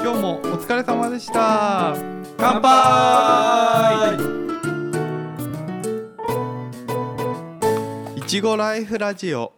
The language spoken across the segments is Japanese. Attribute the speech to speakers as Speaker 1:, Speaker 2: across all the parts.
Speaker 1: 今日もお疲れ様でした乾杯いちごライフラジオ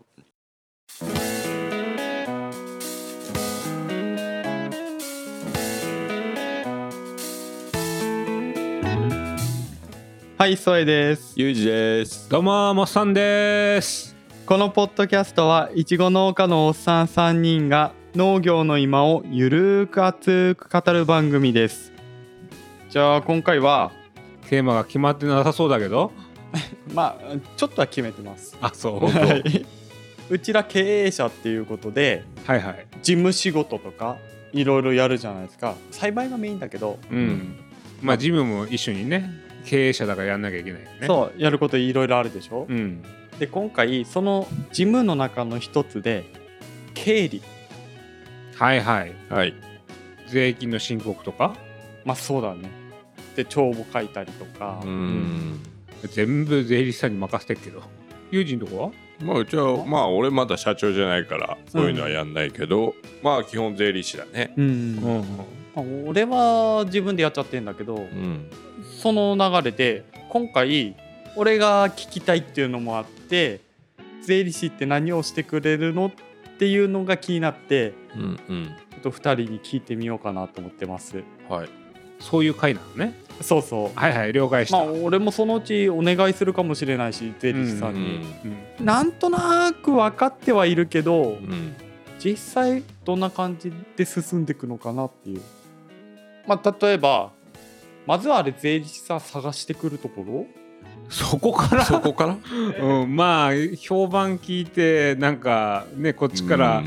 Speaker 1: はい、ソエです
Speaker 2: ゆうじです。どうも、もっさんです。
Speaker 1: このポッドキャストはいちご農家のおっさん3人が農業の今をゆるーく熱く語る番組ですじゃあ今回は
Speaker 2: テーマが決まってなさそうだけど。
Speaker 1: まあちょっとは決めてます
Speaker 2: あ、そう。
Speaker 1: は
Speaker 2: はい
Speaker 1: いうちら経営者っていうことで
Speaker 2: はい。
Speaker 1: 事務仕事とかいろいろやるじゃないですか栽培がメインだけど、
Speaker 2: うん。まあ、ジムも一緒にね、経営者だからやんなきゃいけないよね。う。
Speaker 1: そうやることいろいろあるでしょ、
Speaker 2: うん。
Speaker 1: で今回その事務の中の一つで経理
Speaker 2: はいはい。
Speaker 3: はい。
Speaker 2: 税金の申告とか。
Speaker 1: まあそうだねで帳簿書いたりとか、
Speaker 3: うん。
Speaker 2: 全部税理士さんに任せてっけど。ゆうじんとこは。
Speaker 3: まあうちはまあ俺まだ社長じゃないからそういうのはやんないけど、まあ基本税理士だね。
Speaker 1: うん
Speaker 2: うん、うん。
Speaker 1: まあ俺は自分でやっちゃってんだけど、
Speaker 3: うん。
Speaker 1: その流れで今回俺が聞きたいっていうのもあって税理士って何をしてくれるのっていうのが気になって
Speaker 3: うんうん。
Speaker 1: ちょっと2人に聞いてみようかなと思ってます
Speaker 3: はい。
Speaker 2: そういう会なのね。
Speaker 1: そうそ
Speaker 2: はいはい、了解し
Speaker 1: うま
Speaker 2: た。
Speaker 1: あ俺もそのうちお願いするかもしれないし税理士さ
Speaker 3: うん
Speaker 1: に、
Speaker 3: ん。
Speaker 2: うん。
Speaker 1: なんとなく分かってはいるけど
Speaker 3: うん。
Speaker 1: 実際どんな感じで進んでいくのかなっていうまあ例えばまずはあれ税理士さん探してくるところ
Speaker 2: そこから。
Speaker 3: そこから？
Speaker 2: うん、まあ、評判聞いて、なんか、ね、こっちから。
Speaker 1: うん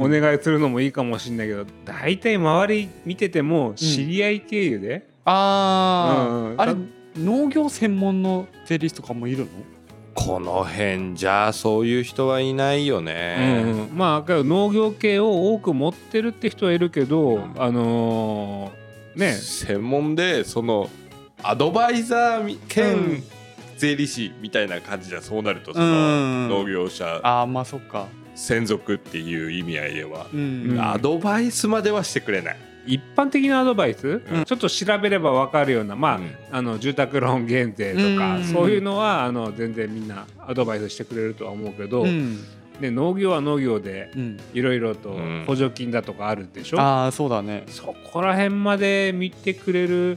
Speaker 2: お願いするのもいいかもしれないけど大体周り見てても知り合い経由で、
Speaker 1: あ
Speaker 2: うんうん
Speaker 1: ああれ農業専門の税理士とかもいるの
Speaker 3: この辺じゃそういう人はいないよね。
Speaker 2: うんまあけど農業系を多く持ってるって人はいるけど、あのーね
Speaker 3: 専門でそのアドバイザーみ兼、
Speaker 1: うん
Speaker 3: 税理士みたいな感じじゃそうなるとその、農
Speaker 1: ん
Speaker 3: 業者
Speaker 1: ああまあそっか
Speaker 3: 専属っていう意味合いでは、
Speaker 1: うん
Speaker 2: あ
Speaker 3: アドバイスまではしてくれない。
Speaker 2: 一般的なアドバイス、
Speaker 3: うん
Speaker 2: ちょっと調べれば分かるようなまあ、
Speaker 3: うん
Speaker 2: あの住宅ローン減税とか、
Speaker 1: うん
Speaker 2: そういうのはあの全然みんなアドバイスしてくれるとは思うけど、
Speaker 1: うん
Speaker 2: ね、農業は農業で
Speaker 1: うん
Speaker 2: いろいろと
Speaker 3: うん
Speaker 2: 補助金だとかあるでしょ、
Speaker 1: ああそうだね
Speaker 2: そこら辺まで見てくれる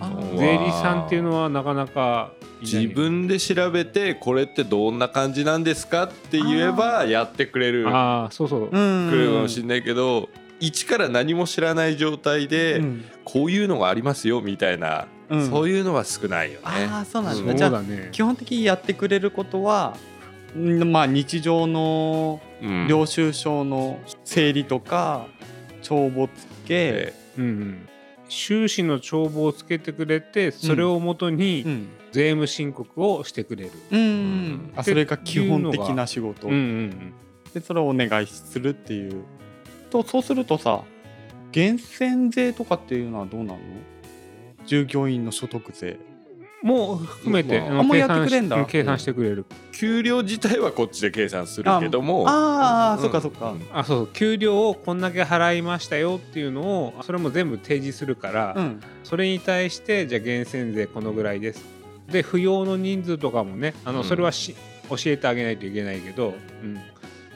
Speaker 1: あー
Speaker 2: 税理士さんっていうのはなかなかいない
Speaker 3: 自分で調べてこれってどんな感じなんですかって言えばやってくれる
Speaker 2: ああそうそう、
Speaker 1: うん
Speaker 3: くれるかもしれないけど一から何も知らない状態で、
Speaker 1: うん
Speaker 3: こういうのがありますよみたいな、
Speaker 1: うん
Speaker 3: そういうのは少ないよね。
Speaker 1: ああそうなん
Speaker 2: そ
Speaker 1: だ
Speaker 2: う
Speaker 1: じゃあ
Speaker 2: だね
Speaker 1: 基本的にやってくれることはんまあ日常の
Speaker 3: うん
Speaker 1: 領収書の整理とか帳簿つけ
Speaker 3: で
Speaker 2: うんうん収支の帳簿をつけてくれてそれをもと
Speaker 1: う
Speaker 2: に
Speaker 1: ん
Speaker 2: 税務申告をしてくれる、
Speaker 1: うん
Speaker 3: ん
Speaker 1: あそれが基本的な仕事
Speaker 2: うんうん
Speaker 1: でそれをお願いするっていうとそうするとさ源泉税とかっていうのはどうなの従業員の所得税
Speaker 2: うん、もう含めて、
Speaker 3: まあ
Speaker 2: あの
Speaker 1: あもう
Speaker 2: 計
Speaker 1: やって
Speaker 2: 算
Speaker 1: くれんだ
Speaker 2: しうん計算してくれる、
Speaker 3: 給料自体はこっちで計算するけども
Speaker 1: ああ、
Speaker 3: うん
Speaker 1: そっかそっか、
Speaker 3: うん
Speaker 2: あそうそう給料をこんだけ払いましたよっていうのをそれも全部提示するから、
Speaker 1: うん
Speaker 2: それに対してじゃあ源泉税このぐらいですで扶養の人数とかもねあ
Speaker 3: う
Speaker 2: の
Speaker 3: ん
Speaker 2: それはし、教えてあげないといけないけど、うん、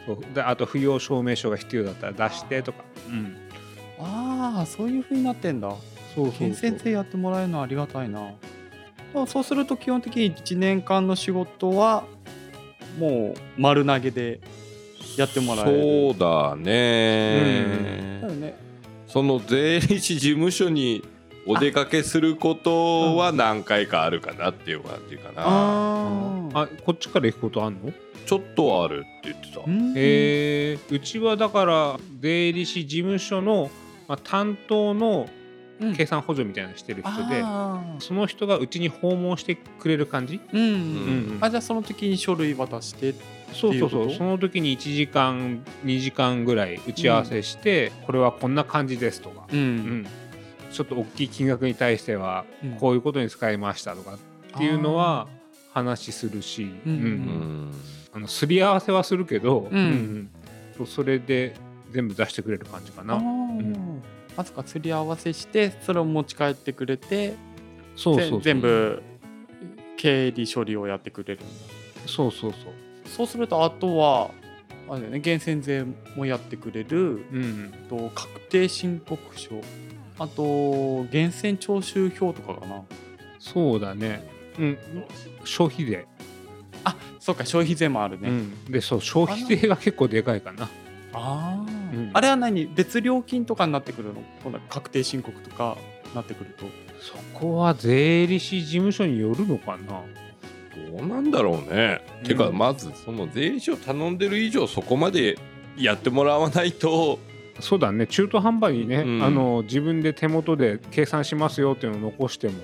Speaker 2: そうであと扶養証明書が必要だったら出してとか、うん、
Speaker 1: ああそういうふうになってんだ
Speaker 2: そうそう
Speaker 1: 源泉税やってもらえるのはありがたいなそうそうすると基本的に1年間の仕事はもう丸投げでやってもらえ
Speaker 3: そうだね、
Speaker 1: るだよね
Speaker 3: その税理士事務所にお出かけすることは何回かあるかなっていう感じかな、
Speaker 1: ああ
Speaker 2: あこっちから行くことあんの
Speaker 3: ちょっとはあるって言ってた
Speaker 1: うん
Speaker 2: えー、うちはだから税理士事務所の、まあ、担当の
Speaker 1: うん
Speaker 2: 計算補助みたいなのしてる人で、
Speaker 1: あー
Speaker 2: その人がうちに訪問してくれる感じ、
Speaker 1: うん
Speaker 3: う
Speaker 2: うんん
Speaker 1: あじゃあその時に書類渡して
Speaker 2: そ
Speaker 1: って
Speaker 2: うそうそ
Speaker 1: いう
Speaker 2: う
Speaker 1: こと
Speaker 2: その時に1時間2時間ぐらい打ち合わせして、これはこんな感じですとか、
Speaker 1: う
Speaker 2: うんんちょっと大きい金額に対しては
Speaker 1: うん
Speaker 2: こういうことに使いましたとかっていうのは話するし、
Speaker 1: うんうんう
Speaker 3: う
Speaker 1: ん
Speaker 3: ん
Speaker 2: あのすり合わせはするけど、
Speaker 1: うん
Speaker 2: そうそれで全部出してくれる感じか
Speaker 1: あ
Speaker 2: な。
Speaker 1: ー
Speaker 2: ん
Speaker 1: まずかすり合わせしてそれを持ち帰ってくれて
Speaker 2: そうそうそう
Speaker 1: ぜ全部経理処理をやってくれるんだ
Speaker 2: そうそうそう
Speaker 1: そうするとあとはあれだよね源泉税もやってくれる
Speaker 2: うん
Speaker 1: あと確定申告書あと源泉徴収票とかかな
Speaker 2: そうだねうん消費税、
Speaker 1: あそうか消費税もあるね、
Speaker 2: うん、でそう消費税が結構でかいかな
Speaker 1: あー、
Speaker 2: うん
Speaker 1: あれは何別料金とかになってくるの今度は確定申告とかなってくると
Speaker 2: そこは税理士事務所によるのかな
Speaker 3: どうなんだろうね。
Speaker 2: うん
Speaker 3: てかまずその税理士を頼んでる以上そこまでやってもらわないと
Speaker 2: そうだね中途半端にね、
Speaker 3: うん
Speaker 2: あの自分で手元で計算しますよっていうのを残しても、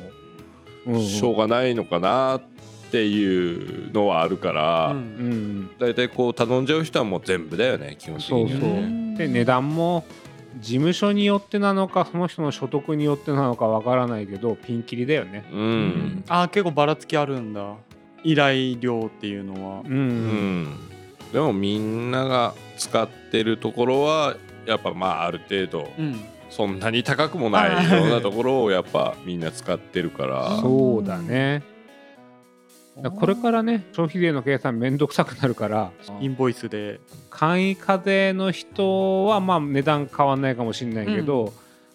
Speaker 2: うんうん
Speaker 3: しょうがないのかなっていうのはあるから、
Speaker 1: ん
Speaker 2: うん
Speaker 3: だいたいこう頼んじゃう人はもう全部だよね基本的
Speaker 2: そうそ
Speaker 3: には
Speaker 2: う、
Speaker 3: ね。
Speaker 2: で値段も事務所によってなのかその人の所得によってなのかわからないけどピンキリだよね
Speaker 3: う。
Speaker 1: うんあー結構ばらつきあるんだ依頼料っていうのは
Speaker 2: うん、
Speaker 3: うん。でもみんなが使ってるところはやっぱまあある程度
Speaker 1: うん
Speaker 3: そんなに高くもないようなところをやっぱみんな使ってるから。
Speaker 2: そうだねだからこれからね消費税の計算めんどくさくなるから
Speaker 1: インボイスで
Speaker 2: 簡易課税の人はまあ値段変わんないかもしれないけど、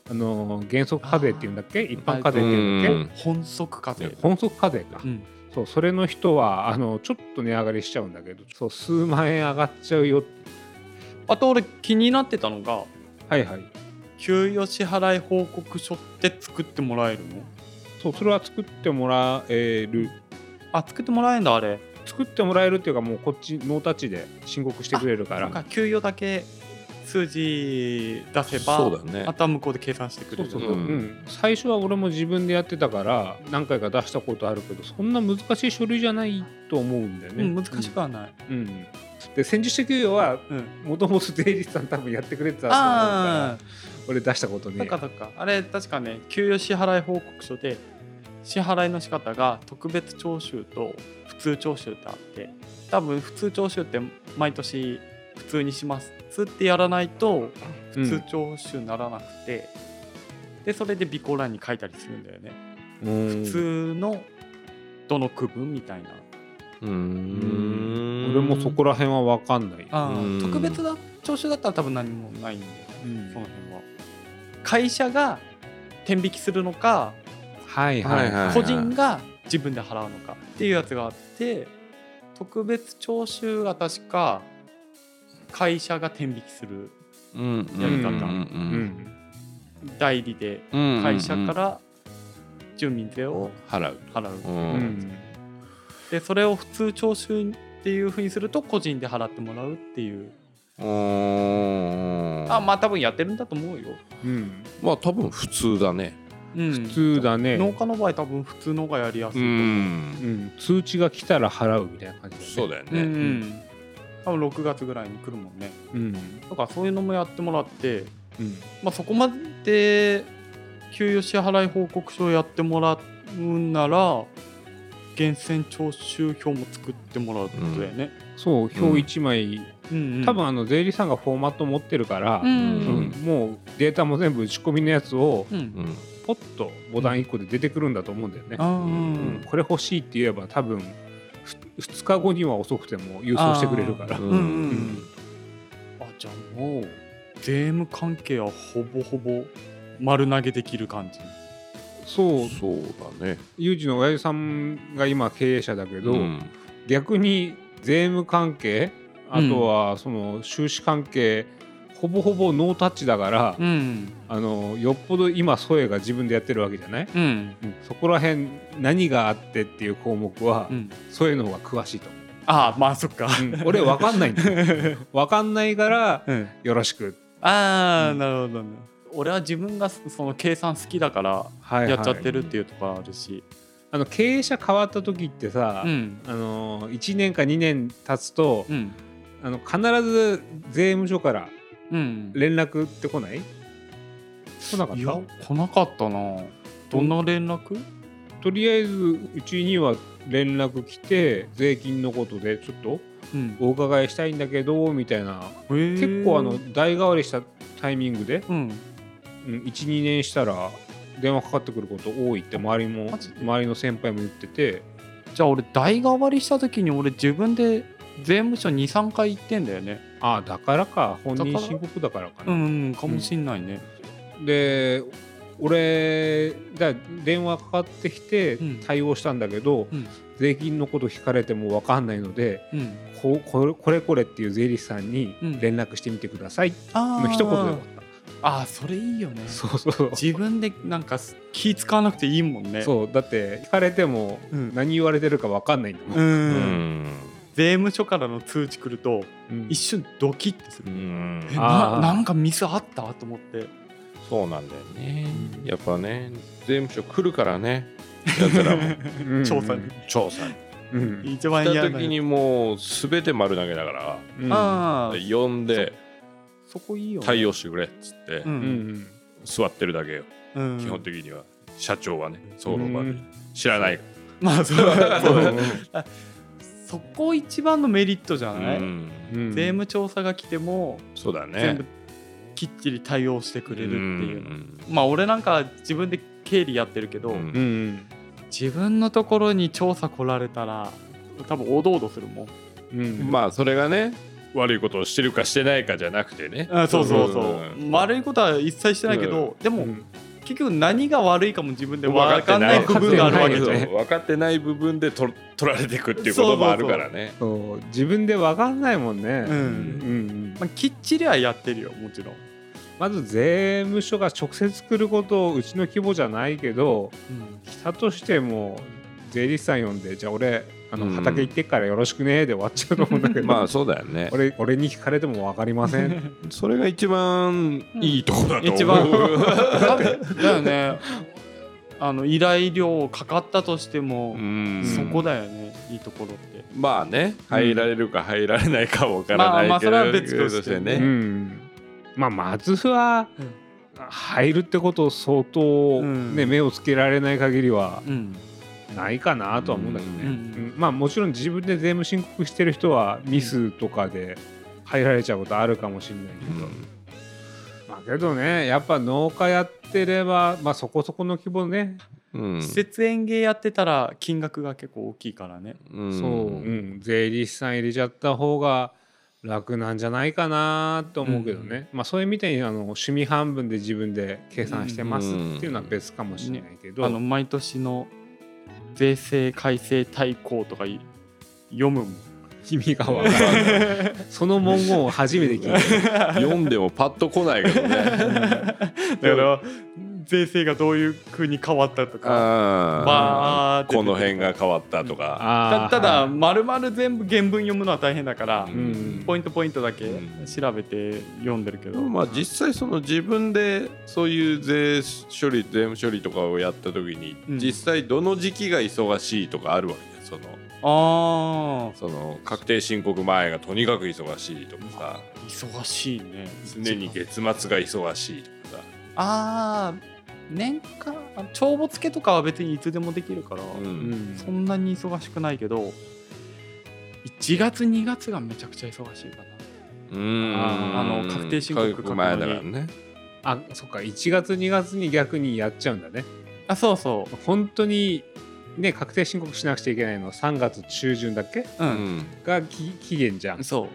Speaker 2: あの原則課税っていうんだっけ一般課税っていうんだっけ、
Speaker 3: うん
Speaker 1: 本則課税
Speaker 2: 本則課税か、
Speaker 1: うん
Speaker 2: そうそれの人はあのちょっと値上がりしちゃうんだけどそう数万円上がっちゃうよ
Speaker 1: あと俺気になってたのが
Speaker 2: はいはい
Speaker 1: 給与支払い報告書って作ってもらえるの
Speaker 2: そうそれは作ってもらえる
Speaker 1: あ作ってもらえるんだあれ
Speaker 2: 作ってもらえるっていうかもうこっちノータッチで申告してくれるか
Speaker 1: な
Speaker 2: ら
Speaker 1: んか給与だけ数字出せば
Speaker 3: そうだね
Speaker 1: あとは向こうで計算してくれ
Speaker 2: そ
Speaker 1: る
Speaker 2: うそうそう、
Speaker 3: う
Speaker 2: うんん最初は俺も自分でやってたから何回か出したことあるけどそんな難しい書類じゃないと思うんだよね、
Speaker 1: うん、難しくはない、
Speaker 2: うん、うんで先住して給与は
Speaker 1: うん、
Speaker 2: もともと税理士さん多分やってくれてたと思うから
Speaker 1: あ
Speaker 2: 俺出したこと
Speaker 1: あ
Speaker 2: ね
Speaker 1: だからだからあれ確かね給与支払い報告書で支払いの仕方が特別徴収と普通徴収ってあって多分普通徴収って毎年普通にしますってやらないと普通徴収にならなくて、でそれで備考欄に書いたりするんだよね、
Speaker 2: うん
Speaker 1: 普通のどの区分みたいな
Speaker 3: うーん
Speaker 2: 俺もそこら辺は分かんない、
Speaker 1: あー
Speaker 3: うん
Speaker 1: 特別な徴収だったら多分何もないんだよね
Speaker 2: うん
Speaker 1: その辺は会社が天引きするのか
Speaker 2: はい
Speaker 3: はいはい
Speaker 1: 個人が自分で払うのかっていうやつがあって特別徴収が確か会社が天引きする
Speaker 3: うん
Speaker 1: やり方
Speaker 2: うん
Speaker 1: 代理で
Speaker 3: うん
Speaker 1: 会社から住民税を
Speaker 3: 払う。
Speaker 1: 払う
Speaker 2: うん
Speaker 3: うん
Speaker 1: でそれを普通徴収っていうふうにすると個人で払ってもらうっていうあまあ多分やってるんだと思うよ、
Speaker 2: うん
Speaker 3: まあ多分普通だね。
Speaker 1: うん、
Speaker 2: 普通だね、
Speaker 1: 農家の場合多分普通の方がやりやすいと
Speaker 3: う
Speaker 1: 思う、
Speaker 3: ん。
Speaker 2: うん、通知が来たら払うみたいな感じだね
Speaker 3: そうだよ
Speaker 1: うんう
Speaker 3: ね。
Speaker 1: ん、多分6月ぐらいに来るもんね
Speaker 2: うん
Speaker 1: だからそういうのもやってもらって、
Speaker 2: うん
Speaker 1: まあ、そこまで給与支払い報告書をやってもらうんなら源泉徴収票も作ってもらうってことだよね、
Speaker 2: そう表1枚、
Speaker 1: うんうん
Speaker 2: 多分あの税理士さんがフォーマット持ってるから、
Speaker 1: うん
Speaker 2: うんもうデータも全部打ち込みのやつを
Speaker 1: うん、
Speaker 3: うん。
Speaker 2: ポッとボタン1個で出てくるんだと思うんだよね、
Speaker 1: あー
Speaker 3: うん
Speaker 2: これ欲しいって言えば多分2日後には遅くても郵送してくれるから
Speaker 1: あー
Speaker 3: うん
Speaker 1: うんうんあじゃあもう税務関係はほぼほぼ丸投げできる感じ
Speaker 2: そう
Speaker 3: そうだね。
Speaker 2: ユージの親父さんが今経営者だけど、
Speaker 3: ん
Speaker 2: 逆に税務関係あとはその収支関係、ほぼほぼノータッチだから、
Speaker 1: うん
Speaker 2: あのよっぽど今ソエが自分でやってるわけじゃない、
Speaker 1: うん
Speaker 2: うんそこら辺何があってっていう項目は、
Speaker 1: うん
Speaker 2: ソエの方が詳しいと思
Speaker 1: ああまあそっか、
Speaker 2: う、うん俺分かんないんだ よ分かんないから
Speaker 1: うん、
Speaker 2: よろしく、
Speaker 1: ああ、
Speaker 2: うん
Speaker 1: なるほどね俺は自分がそその計算好きだから
Speaker 2: はいはい
Speaker 1: やっちゃってるっていうところあるし、
Speaker 2: あの経営者変わった時ってさ、
Speaker 1: うん
Speaker 2: あの1年か2年経つと、
Speaker 1: うん
Speaker 2: あの必ず税務署から
Speaker 1: うん
Speaker 2: 連絡って来ない来なかっ
Speaker 1: いや
Speaker 2: た
Speaker 1: 来なかったなどんな連絡
Speaker 2: とりあえずうちには連絡来て税金のことでちょっと
Speaker 1: うん
Speaker 2: お伺いしたいんだけどみたいな結構あの代替わりしたタイミングで
Speaker 1: うん
Speaker 2: うん、12年したら電話かかってくること多いって周りも
Speaker 1: マジで
Speaker 2: 周りの先輩も言ってて
Speaker 1: じゃあ俺代替わりした時に俺自分で税務署23回行ってんだよね
Speaker 2: ああだからか本
Speaker 1: だ
Speaker 2: 人
Speaker 1: から
Speaker 2: 申告だからか
Speaker 1: う
Speaker 2: な、
Speaker 1: ん、うん、かもしんないね、
Speaker 2: で俺だから電話かかってきて
Speaker 1: うん
Speaker 2: 対応したんだけど、
Speaker 1: うん
Speaker 2: 税金のこと聞かれても分かんないので
Speaker 1: うん
Speaker 2: ここれこれこれっていう税理士さんに
Speaker 1: うん
Speaker 2: 連絡してみてください
Speaker 1: あー
Speaker 2: の一言で終わった、
Speaker 1: あーそれいいよね
Speaker 2: そうそう そう
Speaker 1: 自分でなんか気使わなくていいもんね
Speaker 2: そうだって聞かれても
Speaker 1: うん
Speaker 2: 何言われてるか分かんないんだもん、
Speaker 1: う、
Speaker 3: うんん
Speaker 1: 税務署からの通知来ると
Speaker 2: うん
Speaker 1: 一瞬ドキッてす
Speaker 3: う
Speaker 1: る、
Speaker 3: ん
Speaker 1: えな
Speaker 2: あー
Speaker 1: なんかミスあったと思って
Speaker 3: そうなんだよね
Speaker 1: ね
Speaker 3: やっぱね税務署来るからねやつらも
Speaker 2: うん
Speaker 1: 調査に、
Speaker 3: 調査に
Speaker 2: うん
Speaker 1: 一番
Speaker 3: 来
Speaker 1: 嫌な
Speaker 3: た
Speaker 1: やつ
Speaker 3: 時にもう全て丸投げだから
Speaker 2: うん
Speaker 1: ああ
Speaker 3: 呼んで
Speaker 1: そこいいよね
Speaker 3: 対応してくれっつって
Speaker 1: う、
Speaker 2: うんん
Speaker 3: 座ってるだけよ
Speaker 1: うん、
Speaker 3: 基本的には社長はね
Speaker 2: う
Speaker 3: 総
Speaker 2: ん
Speaker 3: 論場で知らないか
Speaker 1: まあそれはそうだね
Speaker 2: う
Speaker 1: そこ一番のメリットじゃ
Speaker 3: ら
Speaker 1: ない、
Speaker 3: うん
Speaker 2: ん
Speaker 1: 税務調査が来ても
Speaker 3: そうだね
Speaker 1: 全部きっちり対応してくれるっていう、
Speaker 3: ん
Speaker 1: まあ俺なんか自分で経理やってるけど、
Speaker 3: うん
Speaker 2: うんうん
Speaker 1: 自分のところに調査来られたら多分おどおどするもん
Speaker 2: うん
Speaker 3: まあそれがね悪いことをしてるかしてないかじゃなくてね
Speaker 1: あそうそうそう、
Speaker 3: ん
Speaker 1: 悪いことは一切してないけど、でも、
Speaker 2: うん
Speaker 1: 結局何が悪いかも自分で分かんない部分があるわけじゃん
Speaker 2: ん
Speaker 3: そう分かってない部分で取取られてくっていうこともあるからね
Speaker 2: そう自分で分かんないもんね、
Speaker 1: うん
Speaker 2: うんうん
Speaker 1: まあ、きっちりはやってるよもちろん、
Speaker 2: まず税務署が直接来ることをうちの規模じゃないけど来たとしても税理士さん呼んでじゃあ俺あの
Speaker 3: うん
Speaker 2: 畑行ってっからよろしくねで終わっちゃうと思うんだ けど、
Speaker 3: まあそうだよね
Speaker 2: 俺俺に聞かれても分かりません
Speaker 3: それが一番いいとこだと思う、
Speaker 1: 一番 だよねあの依頼料かかったとしても
Speaker 3: う、ん
Speaker 1: そこだよねいいところって
Speaker 3: まあね入られるか入られないかわから
Speaker 1: ま
Speaker 3: な
Speaker 1: あ
Speaker 3: いけ
Speaker 1: まあ
Speaker 3: ど、
Speaker 1: それは別としてね
Speaker 2: う
Speaker 3: ね
Speaker 2: んまあまずは
Speaker 1: うん
Speaker 2: 入るってことを相当、
Speaker 1: うん
Speaker 2: ね目をつけられない限りは
Speaker 1: うん
Speaker 2: ないかなとは思うんだけどね、
Speaker 1: うん
Speaker 2: うんまあもちろん自分で税務申告してる人はミスとかで入られちゃうことあるかもしれないけど、まあけどねやっぱ農家やってれば、まあ、そこそこの規模ね、
Speaker 3: うん
Speaker 1: 施設園芸やってたら金額が結構大きいからね
Speaker 3: う
Speaker 2: う
Speaker 3: ん
Speaker 2: ん、税理士さん入れちゃった方が楽なんじゃないかなと思うけどね、まあそういうみたいにあの趣味半分で自分で計算してますっていうのは別かもしれないけど、
Speaker 1: あの毎年の税制改正大綱とかい読むもん
Speaker 2: 意味がわからないその文言を初めて聞いた。
Speaker 3: 読んでもパッと来ないけど ね
Speaker 1: だから税制がどういう風に変わったとか
Speaker 3: あ
Speaker 1: バー
Speaker 3: あ
Speaker 1: って出て
Speaker 3: こ
Speaker 1: くる
Speaker 3: の辺が変わったとか、
Speaker 1: た
Speaker 2: あー
Speaker 1: ただ
Speaker 2: はい
Speaker 1: 丸々全部原文読むのは大変だから、
Speaker 3: うん
Speaker 1: ポイントポイントだけ
Speaker 3: うん
Speaker 1: 調べて読んでるけど、
Speaker 3: まあ実際その自分でそういう税処理税務処理とかをやった時に、
Speaker 1: うん
Speaker 3: 実際どの時期が忙しいとかあるわけその
Speaker 1: あ
Speaker 3: その確定申告前がとにかく忙しいとかさ
Speaker 1: ー忙しいね
Speaker 3: 常に月末が忙しいとかさ、
Speaker 1: ああ年間あ帳簿付けとかは別にいつでもできるから、
Speaker 2: うん
Speaker 1: そんなに忙しくないけど1月2月がめちゃくちゃ忙しいかな
Speaker 3: うん
Speaker 2: あ
Speaker 1: の確定申告書くのに
Speaker 3: 前だからね
Speaker 2: あそっか1月2月に逆にやっちゃうんだね
Speaker 1: あそうそ
Speaker 2: 本当にね確定申告しなくちゃいけないのは3月中旬だっけ
Speaker 1: うう、
Speaker 3: うん
Speaker 2: が期期限じゃん
Speaker 1: そ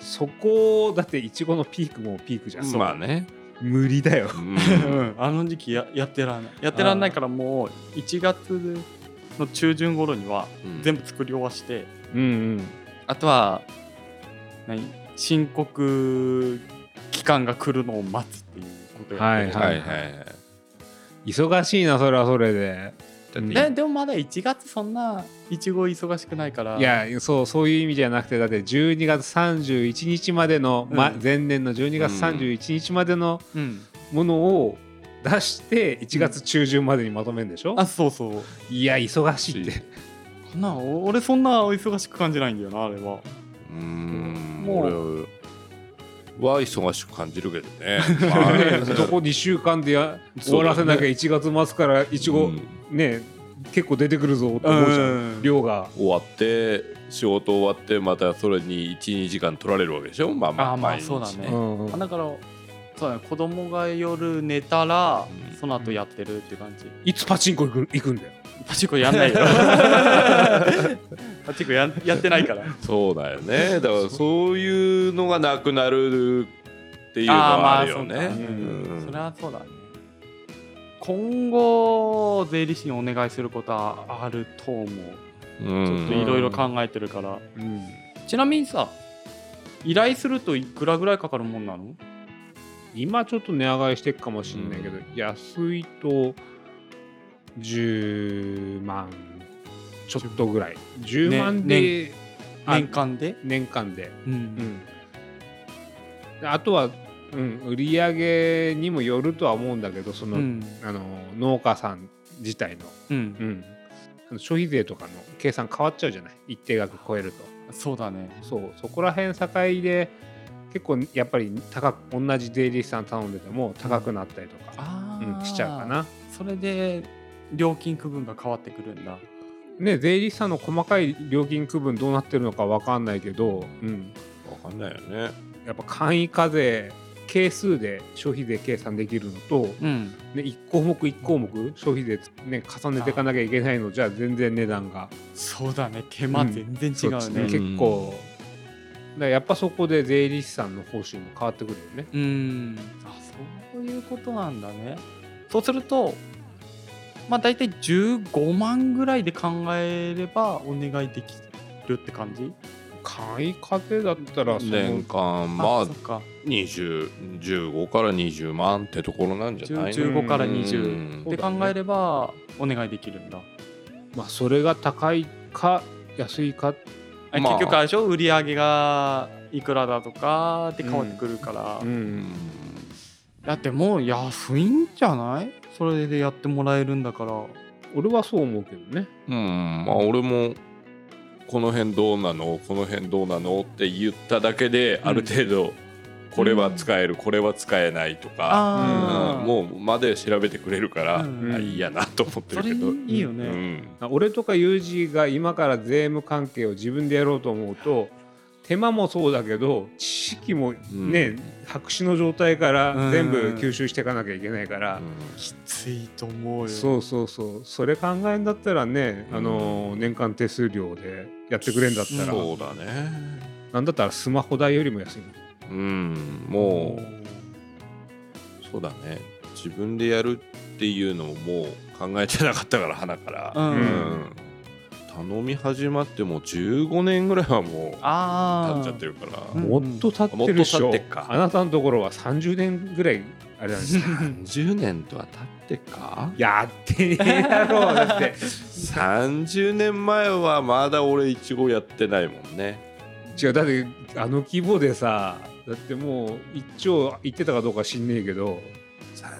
Speaker 1: う
Speaker 2: そこだっていちごのピークもピークじゃん、
Speaker 3: まあね、
Speaker 2: 無理だよ
Speaker 3: うん
Speaker 1: うん、 あの時期ややってらんないやってらんないからもう1月の中旬頃には 全部作り終わして、
Speaker 2: うん
Speaker 1: あとは何申告期間が来るのを待つっていうことをやってる
Speaker 2: は
Speaker 3: はいい
Speaker 2: は
Speaker 3: はいい
Speaker 2: 忙しいなそれはそれで
Speaker 3: だって
Speaker 2: うん
Speaker 1: ねでもまだ1月そんないちご忙しくないから
Speaker 2: いやそうそういう意味じゃなくてだって12月31日までの、ま
Speaker 1: うん
Speaker 2: 前年の12月31日までの
Speaker 1: うん、
Speaker 2: ものを出して1月中旬までにまとめるんでしょ、
Speaker 1: あそうそう
Speaker 2: いや忙しいって
Speaker 1: そんなお俺そんな忙しく感じないんだよなあれは
Speaker 3: うん
Speaker 1: も
Speaker 3: 俺は忙しく感じるけどねまあ
Speaker 2: ねそこ2週間でや終わらせなきゃ1月末からいちご、
Speaker 3: うん
Speaker 2: ね結構出てくるぞって思うじゃん、
Speaker 1: うん
Speaker 2: 量が
Speaker 3: 終わって仕事終わってまたそれに12時間取られるわけでしょまあまあ
Speaker 1: あーまあ
Speaker 3: 毎日
Speaker 1: そうだね
Speaker 2: うん
Speaker 1: あだからそうだね子供が夜寝たら
Speaker 3: うん
Speaker 1: その後やってるって感じ
Speaker 2: いつパチンコ行く行くんだよ
Speaker 1: パチンコやんない よパチンコやんやってないから
Speaker 3: そうだよねだからそういうのがなくなるっていうのはあるよね、
Speaker 1: あーまあそう
Speaker 2: か
Speaker 3: うん
Speaker 1: それはそうだね今後税理士にお願いすることはあると思う
Speaker 3: うん
Speaker 1: ちょっといろいろ考えてるから、
Speaker 2: うん
Speaker 1: ちなみにさ依頼するといくらぐらいかかるもんなの
Speaker 2: 今ちょっと値上がりしてっかもしんないけど、安いと10万ちょっとぐらい10万で、あ
Speaker 1: 年間で、
Speaker 2: 年間で、
Speaker 1: う
Speaker 2: うんん、であとは、うん、売り上げにもよるとは思うんだけどその、
Speaker 1: うん
Speaker 2: あの農家さん自体の、
Speaker 1: うん
Speaker 2: うん、あの消費税とかの計算変わっちゃうじゃない一定額超えると
Speaker 1: そうだね
Speaker 2: そうそこら辺境で結構やっぱり高く同じ税理士さん頼んでても高くなったりとか、
Speaker 1: あ
Speaker 2: うん
Speaker 1: あ、
Speaker 2: しちゃうかな。
Speaker 1: それで料金区分が変わってくるんだ
Speaker 2: ね税理士さんの細かい料金区分どうなってるのか分かんないけど、うん、
Speaker 3: わかんないよね
Speaker 2: やっぱ簡易課税係数で消費税計算できるのと、
Speaker 1: うん
Speaker 2: ね、1項目1項目消費税、ね、重ねていかなきゃいけないのじゃ全然値段が
Speaker 1: そうだね手間全然違う
Speaker 2: そ
Speaker 1: ね
Speaker 2: っち
Speaker 3: ね
Speaker 2: 結構だからやっぱそこで税理士さんの報酬も変わってくるよね。
Speaker 1: うんあそういうことなんだねそうするとまあ大体15万ぐらいで考えればお願いできるって感じ
Speaker 2: 簡易課税だったらその
Speaker 3: 年間まあ
Speaker 1: そっか
Speaker 3: 2015から20万ってところなんじゃないの
Speaker 1: 15から
Speaker 3: う
Speaker 1: 20
Speaker 3: ん
Speaker 1: で考えればお願いできるんだ
Speaker 2: まあ、それが高いか安いか
Speaker 1: あ
Speaker 3: まあ
Speaker 1: 結局あれでしょ売り上げがいくらだとかって変わってくるから、
Speaker 3: うん
Speaker 1: だってもう安いんじゃないそれでやってもらえるんだから
Speaker 2: 俺はそう思うけどね
Speaker 3: うんまあ俺もこの辺どうなのこの辺どうなのって言っただけで
Speaker 1: うん
Speaker 3: ある程度これは使えるこれは使えないとか、
Speaker 1: あ
Speaker 2: ー
Speaker 1: あ、
Speaker 3: うんもうまで調べてくれるから、
Speaker 1: うん
Speaker 3: あいいやなと思って
Speaker 1: そ
Speaker 3: る
Speaker 1: れ
Speaker 3: けど。
Speaker 1: いいよね、
Speaker 3: うん
Speaker 2: あ俺とか友人が今から税務関係を自分でやろうと思うと手間もそうだけど知識もね、
Speaker 3: うん
Speaker 2: 白紙の状態から全部
Speaker 1: うん
Speaker 2: 吸収していかなきゃいけないから、
Speaker 1: きついと思うよ
Speaker 2: そうそうそうそれ考えんだったらね、あの年間手数料でやってくれんだったら、
Speaker 3: そうだね
Speaker 2: なんだったらスマホ代よりも安いもん
Speaker 3: うんもうそうだね自分でやるっていうのをもう考えてなかったから花から、
Speaker 1: うん
Speaker 3: うん頼み始まってもう15年ぐらいはもう
Speaker 1: あ
Speaker 3: 経
Speaker 1: あ
Speaker 3: っちゃってるから、
Speaker 1: うん
Speaker 2: もっと経ってるっし
Speaker 3: も
Speaker 2: ょ
Speaker 3: っと経ってっか
Speaker 2: あなたのところは30年ぐらいあれなん ですか
Speaker 3: 30年とは経ってっか
Speaker 2: やってねえだろうだって
Speaker 3: 30年前はまだ俺いちごやってないもんね
Speaker 2: 違うだってあの規模でさだってもう一丁行ってたかどうか知んねえけど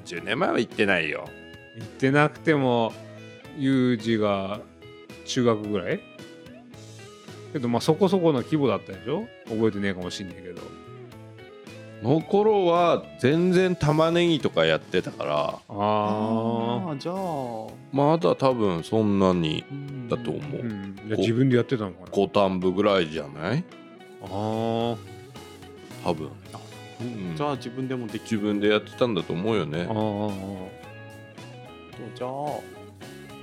Speaker 3: 30年前は行ってないよ
Speaker 2: 行ってなくてもユージが中学ぐらいけどまあそこそこの規模だったでしょ覚えてねえかもしんねえけど
Speaker 3: の頃は全然玉ねぎとかやってたから
Speaker 2: ああ
Speaker 1: あーじゃあ、
Speaker 3: まだ多分そんなに
Speaker 1: うん
Speaker 3: だと思う、
Speaker 2: うん、じゃあ自分でやってたのかな
Speaker 3: 五反部ぐらいじゃない
Speaker 2: あ
Speaker 3: 多分
Speaker 1: あ、
Speaker 3: うん
Speaker 1: じゃあ自分でもでき
Speaker 3: 自分でやってたんだと思うよね
Speaker 2: ーあー
Speaker 1: じゃあ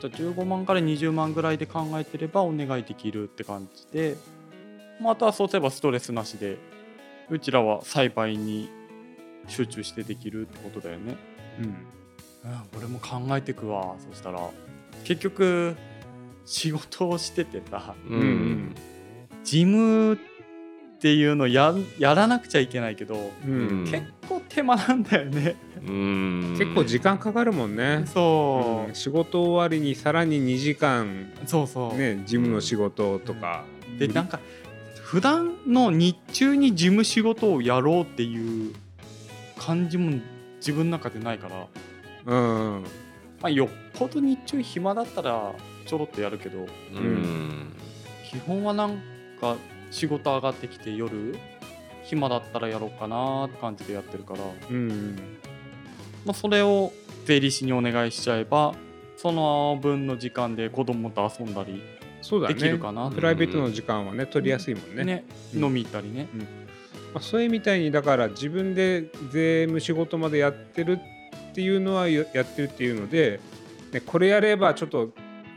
Speaker 1: じゃあ15万から20万ぐらいで考えてればお願いできるって感じでまたそうすればストレスなしでうちらは栽培に集中してできるってことだよね、
Speaker 2: うん
Speaker 1: うん、俺も考えてくわそしたら結局仕事をしててさ
Speaker 3: う
Speaker 2: うんん
Speaker 1: 事務っていうのややらなくちゃいけないけど、
Speaker 2: うん
Speaker 3: うん
Speaker 1: 結構手間なんだよね、
Speaker 3: うん
Speaker 2: 結構時間かかるもんね、
Speaker 1: そううん
Speaker 2: 仕事終わりにさらに2時間
Speaker 1: そうそう、
Speaker 2: ね事務の仕事とか、
Speaker 1: でなんか普段の日中に事務仕事をやろうっていう感じも自分の中でないから、ま
Speaker 2: うん、
Speaker 1: あ、よっぽど日中暇だったらちょろっとやるけど
Speaker 3: うん
Speaker 1: 基本はなんか仕事上がってきて夜暇だったらやろうかなって感じでやってるから、
Speaker 2: うん、
Speaker 1: まあ、それを税理士にお願いしちゃえばその分の時間で子供と遊んだり
Speaker 2: そうだね
Speaker 1: できるかな
Speaker 2: プライベートの時間はね取りやすいもんね
Speaker 1: ね、
Speaker 2: うん
Speaker 1: 飲み行ったりね、
Speaker 2: まあ、それみたいにだから自分で税務仕事までやってるっていうのはややってるっていうので、ね、これやればちょっと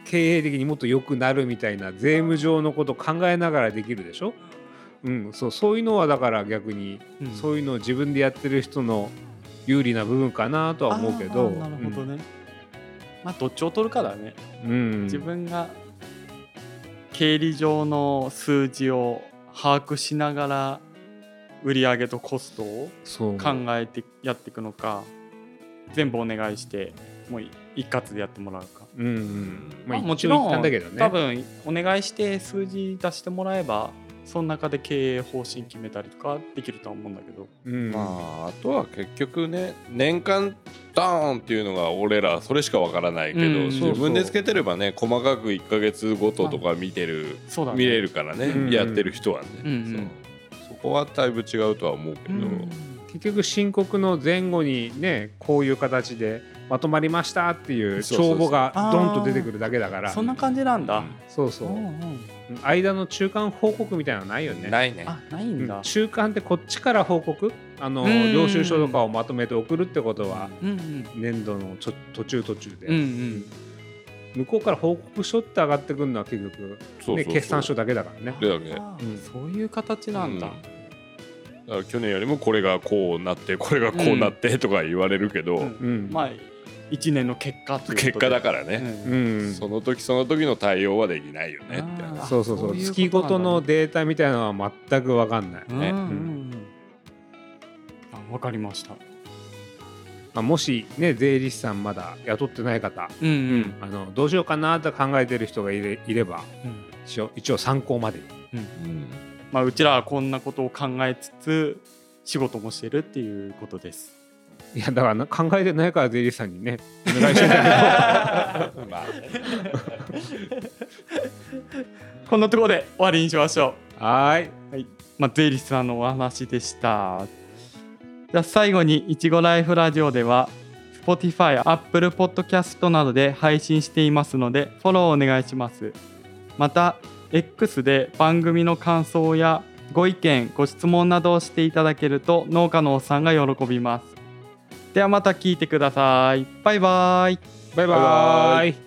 Speaker 2: 経営的にもっと良くなるみたいな税務上のことを考えながらできるでしょ、うん、そうそういうのはだから逆に
Speaker 1: うん
Speaker 2: そういうのを自分でやってる人の有利な部分かなとは思うけど
Speaker 1: あーなるほどね、まあどっちを取るかだね、
Speaker 2: うんうん
Speaker 1: 自分が経理上の数字を把握しながら売り上げとコストを
Speaker 2: そう
Speaker 1: 考えてやっていくのか全部お願いしてもう一括でやってもらうか、
Speaker 2: うんうんまあ、
Speaker 1: まあも
Speaker 2: 一
Speaker 1: ち
Speaker 2: 応
Speaker 1: ろ
Speaker 2: 言った
Speaker 1: ん
Speaker 2: んだけどね
Speaker 1: 多分お願いして数字出してもらえばその中で経営方針決めたりとかできるとは思うんだけど
Speaker 2: うん
Speaker 3: まああとは結局ね年間ダーンっていうのが俺らそれしかわからないけど、
Speaker 1: うん
Speaker 3: 自分でつけてればね細かく1ヶ月ごととか見てる、
Speaker 1: そうだね
Speaker 3: 見れるからね、
Speaker 2: うん
Speaker 3: やってる人はね、
Speaker 1: うんうん
Speaker 3: そうそこはだいぶ違うとは思うけ
Speaker 1: う
Speaker 3: ど、
Speaker 1: ん
Speaker 2: 結局申告の前後にねこういう形でまとまりましたっていう
Speaker 3: そうそうそ
Speaker 2: 帳
Speaker 3: う
Speaker 2: 簿がドンと出てくるだけだから
Speaker 1: そんな感じなんだ、
Speaker 2: そうそううん
Speaker 1: うん
Speaker 2: 間の中間報告みたいなのないよね
Speaker 3: ないね
Speaker 1: あないんだ
Speaker 2: うん、中間ってこっちから報告あの
Speaker 1: うん
Speaker 2: 領収書とかをまとめて送るってことは
Speaker 1: うんうん
Speaker 2: 年度のちょ途中途中で、
Speaker 1: うんうん
Speaker 2: 向こうから報告書って上がってくるのは結局、ね、
Speaker 3: そうそうそう
Speaker 2: 決算書だけだからね
Speaker 3: だよね
Speaker 1: あ
Speaker 2: うん
Speaker 1: そういう形なんだ
Speaker 3: う、だから去年よりもこれがこうなってこれがこうなってとか言われるけど、
Speaker 1: うん
Speaker 2: うん、
Speaker 1: まあ1年の結果ということで
Speaker 3: 結果だからね、
Speaker 1: うん
Speaker 2: うん、
Speaker 3: その時その時の対応はできないよねって
Speaker 1: あー
Speaker 2: そうそうそう
Speaker 1: そういうことなんだね
Speaker 2: 月ごとのデータみたいなのは全く分かんない、
Speaker 1: うんうんうんあわかりました
Speaker 2: まあ、もしね税理士さんまだ雇ってない方
Speaker 1: うんうん
Speaker 2: あのどうしようかなって考えてる人がいれいれば一応一応参考までに
Speaker 3: うん
Speaker 1: まあうちらはこんなことを考えつつ仕事もしてるっていうことです
Speaker 2: いやだからな考えてないから税理士さんにねお願いしてない
Speaker 3: まあね
Speaker 1: こんなところで終わりにしましょう
Speaker 2: はーい
Speaker 1: まあ、税理士さんのお話でした。じゃあ最後に「いちごライフラジオ」では Spotify、Apple Podcast などで配信していますのでフォローお願いします。また X で番組の感想やご意見ご質問などをしていただけると農家のおっさんが喜びます。ではまた聞いてください。バイバイ。
Speaker 2: バイバ
Speaker 3: バイバ
Speaker 2: ーイ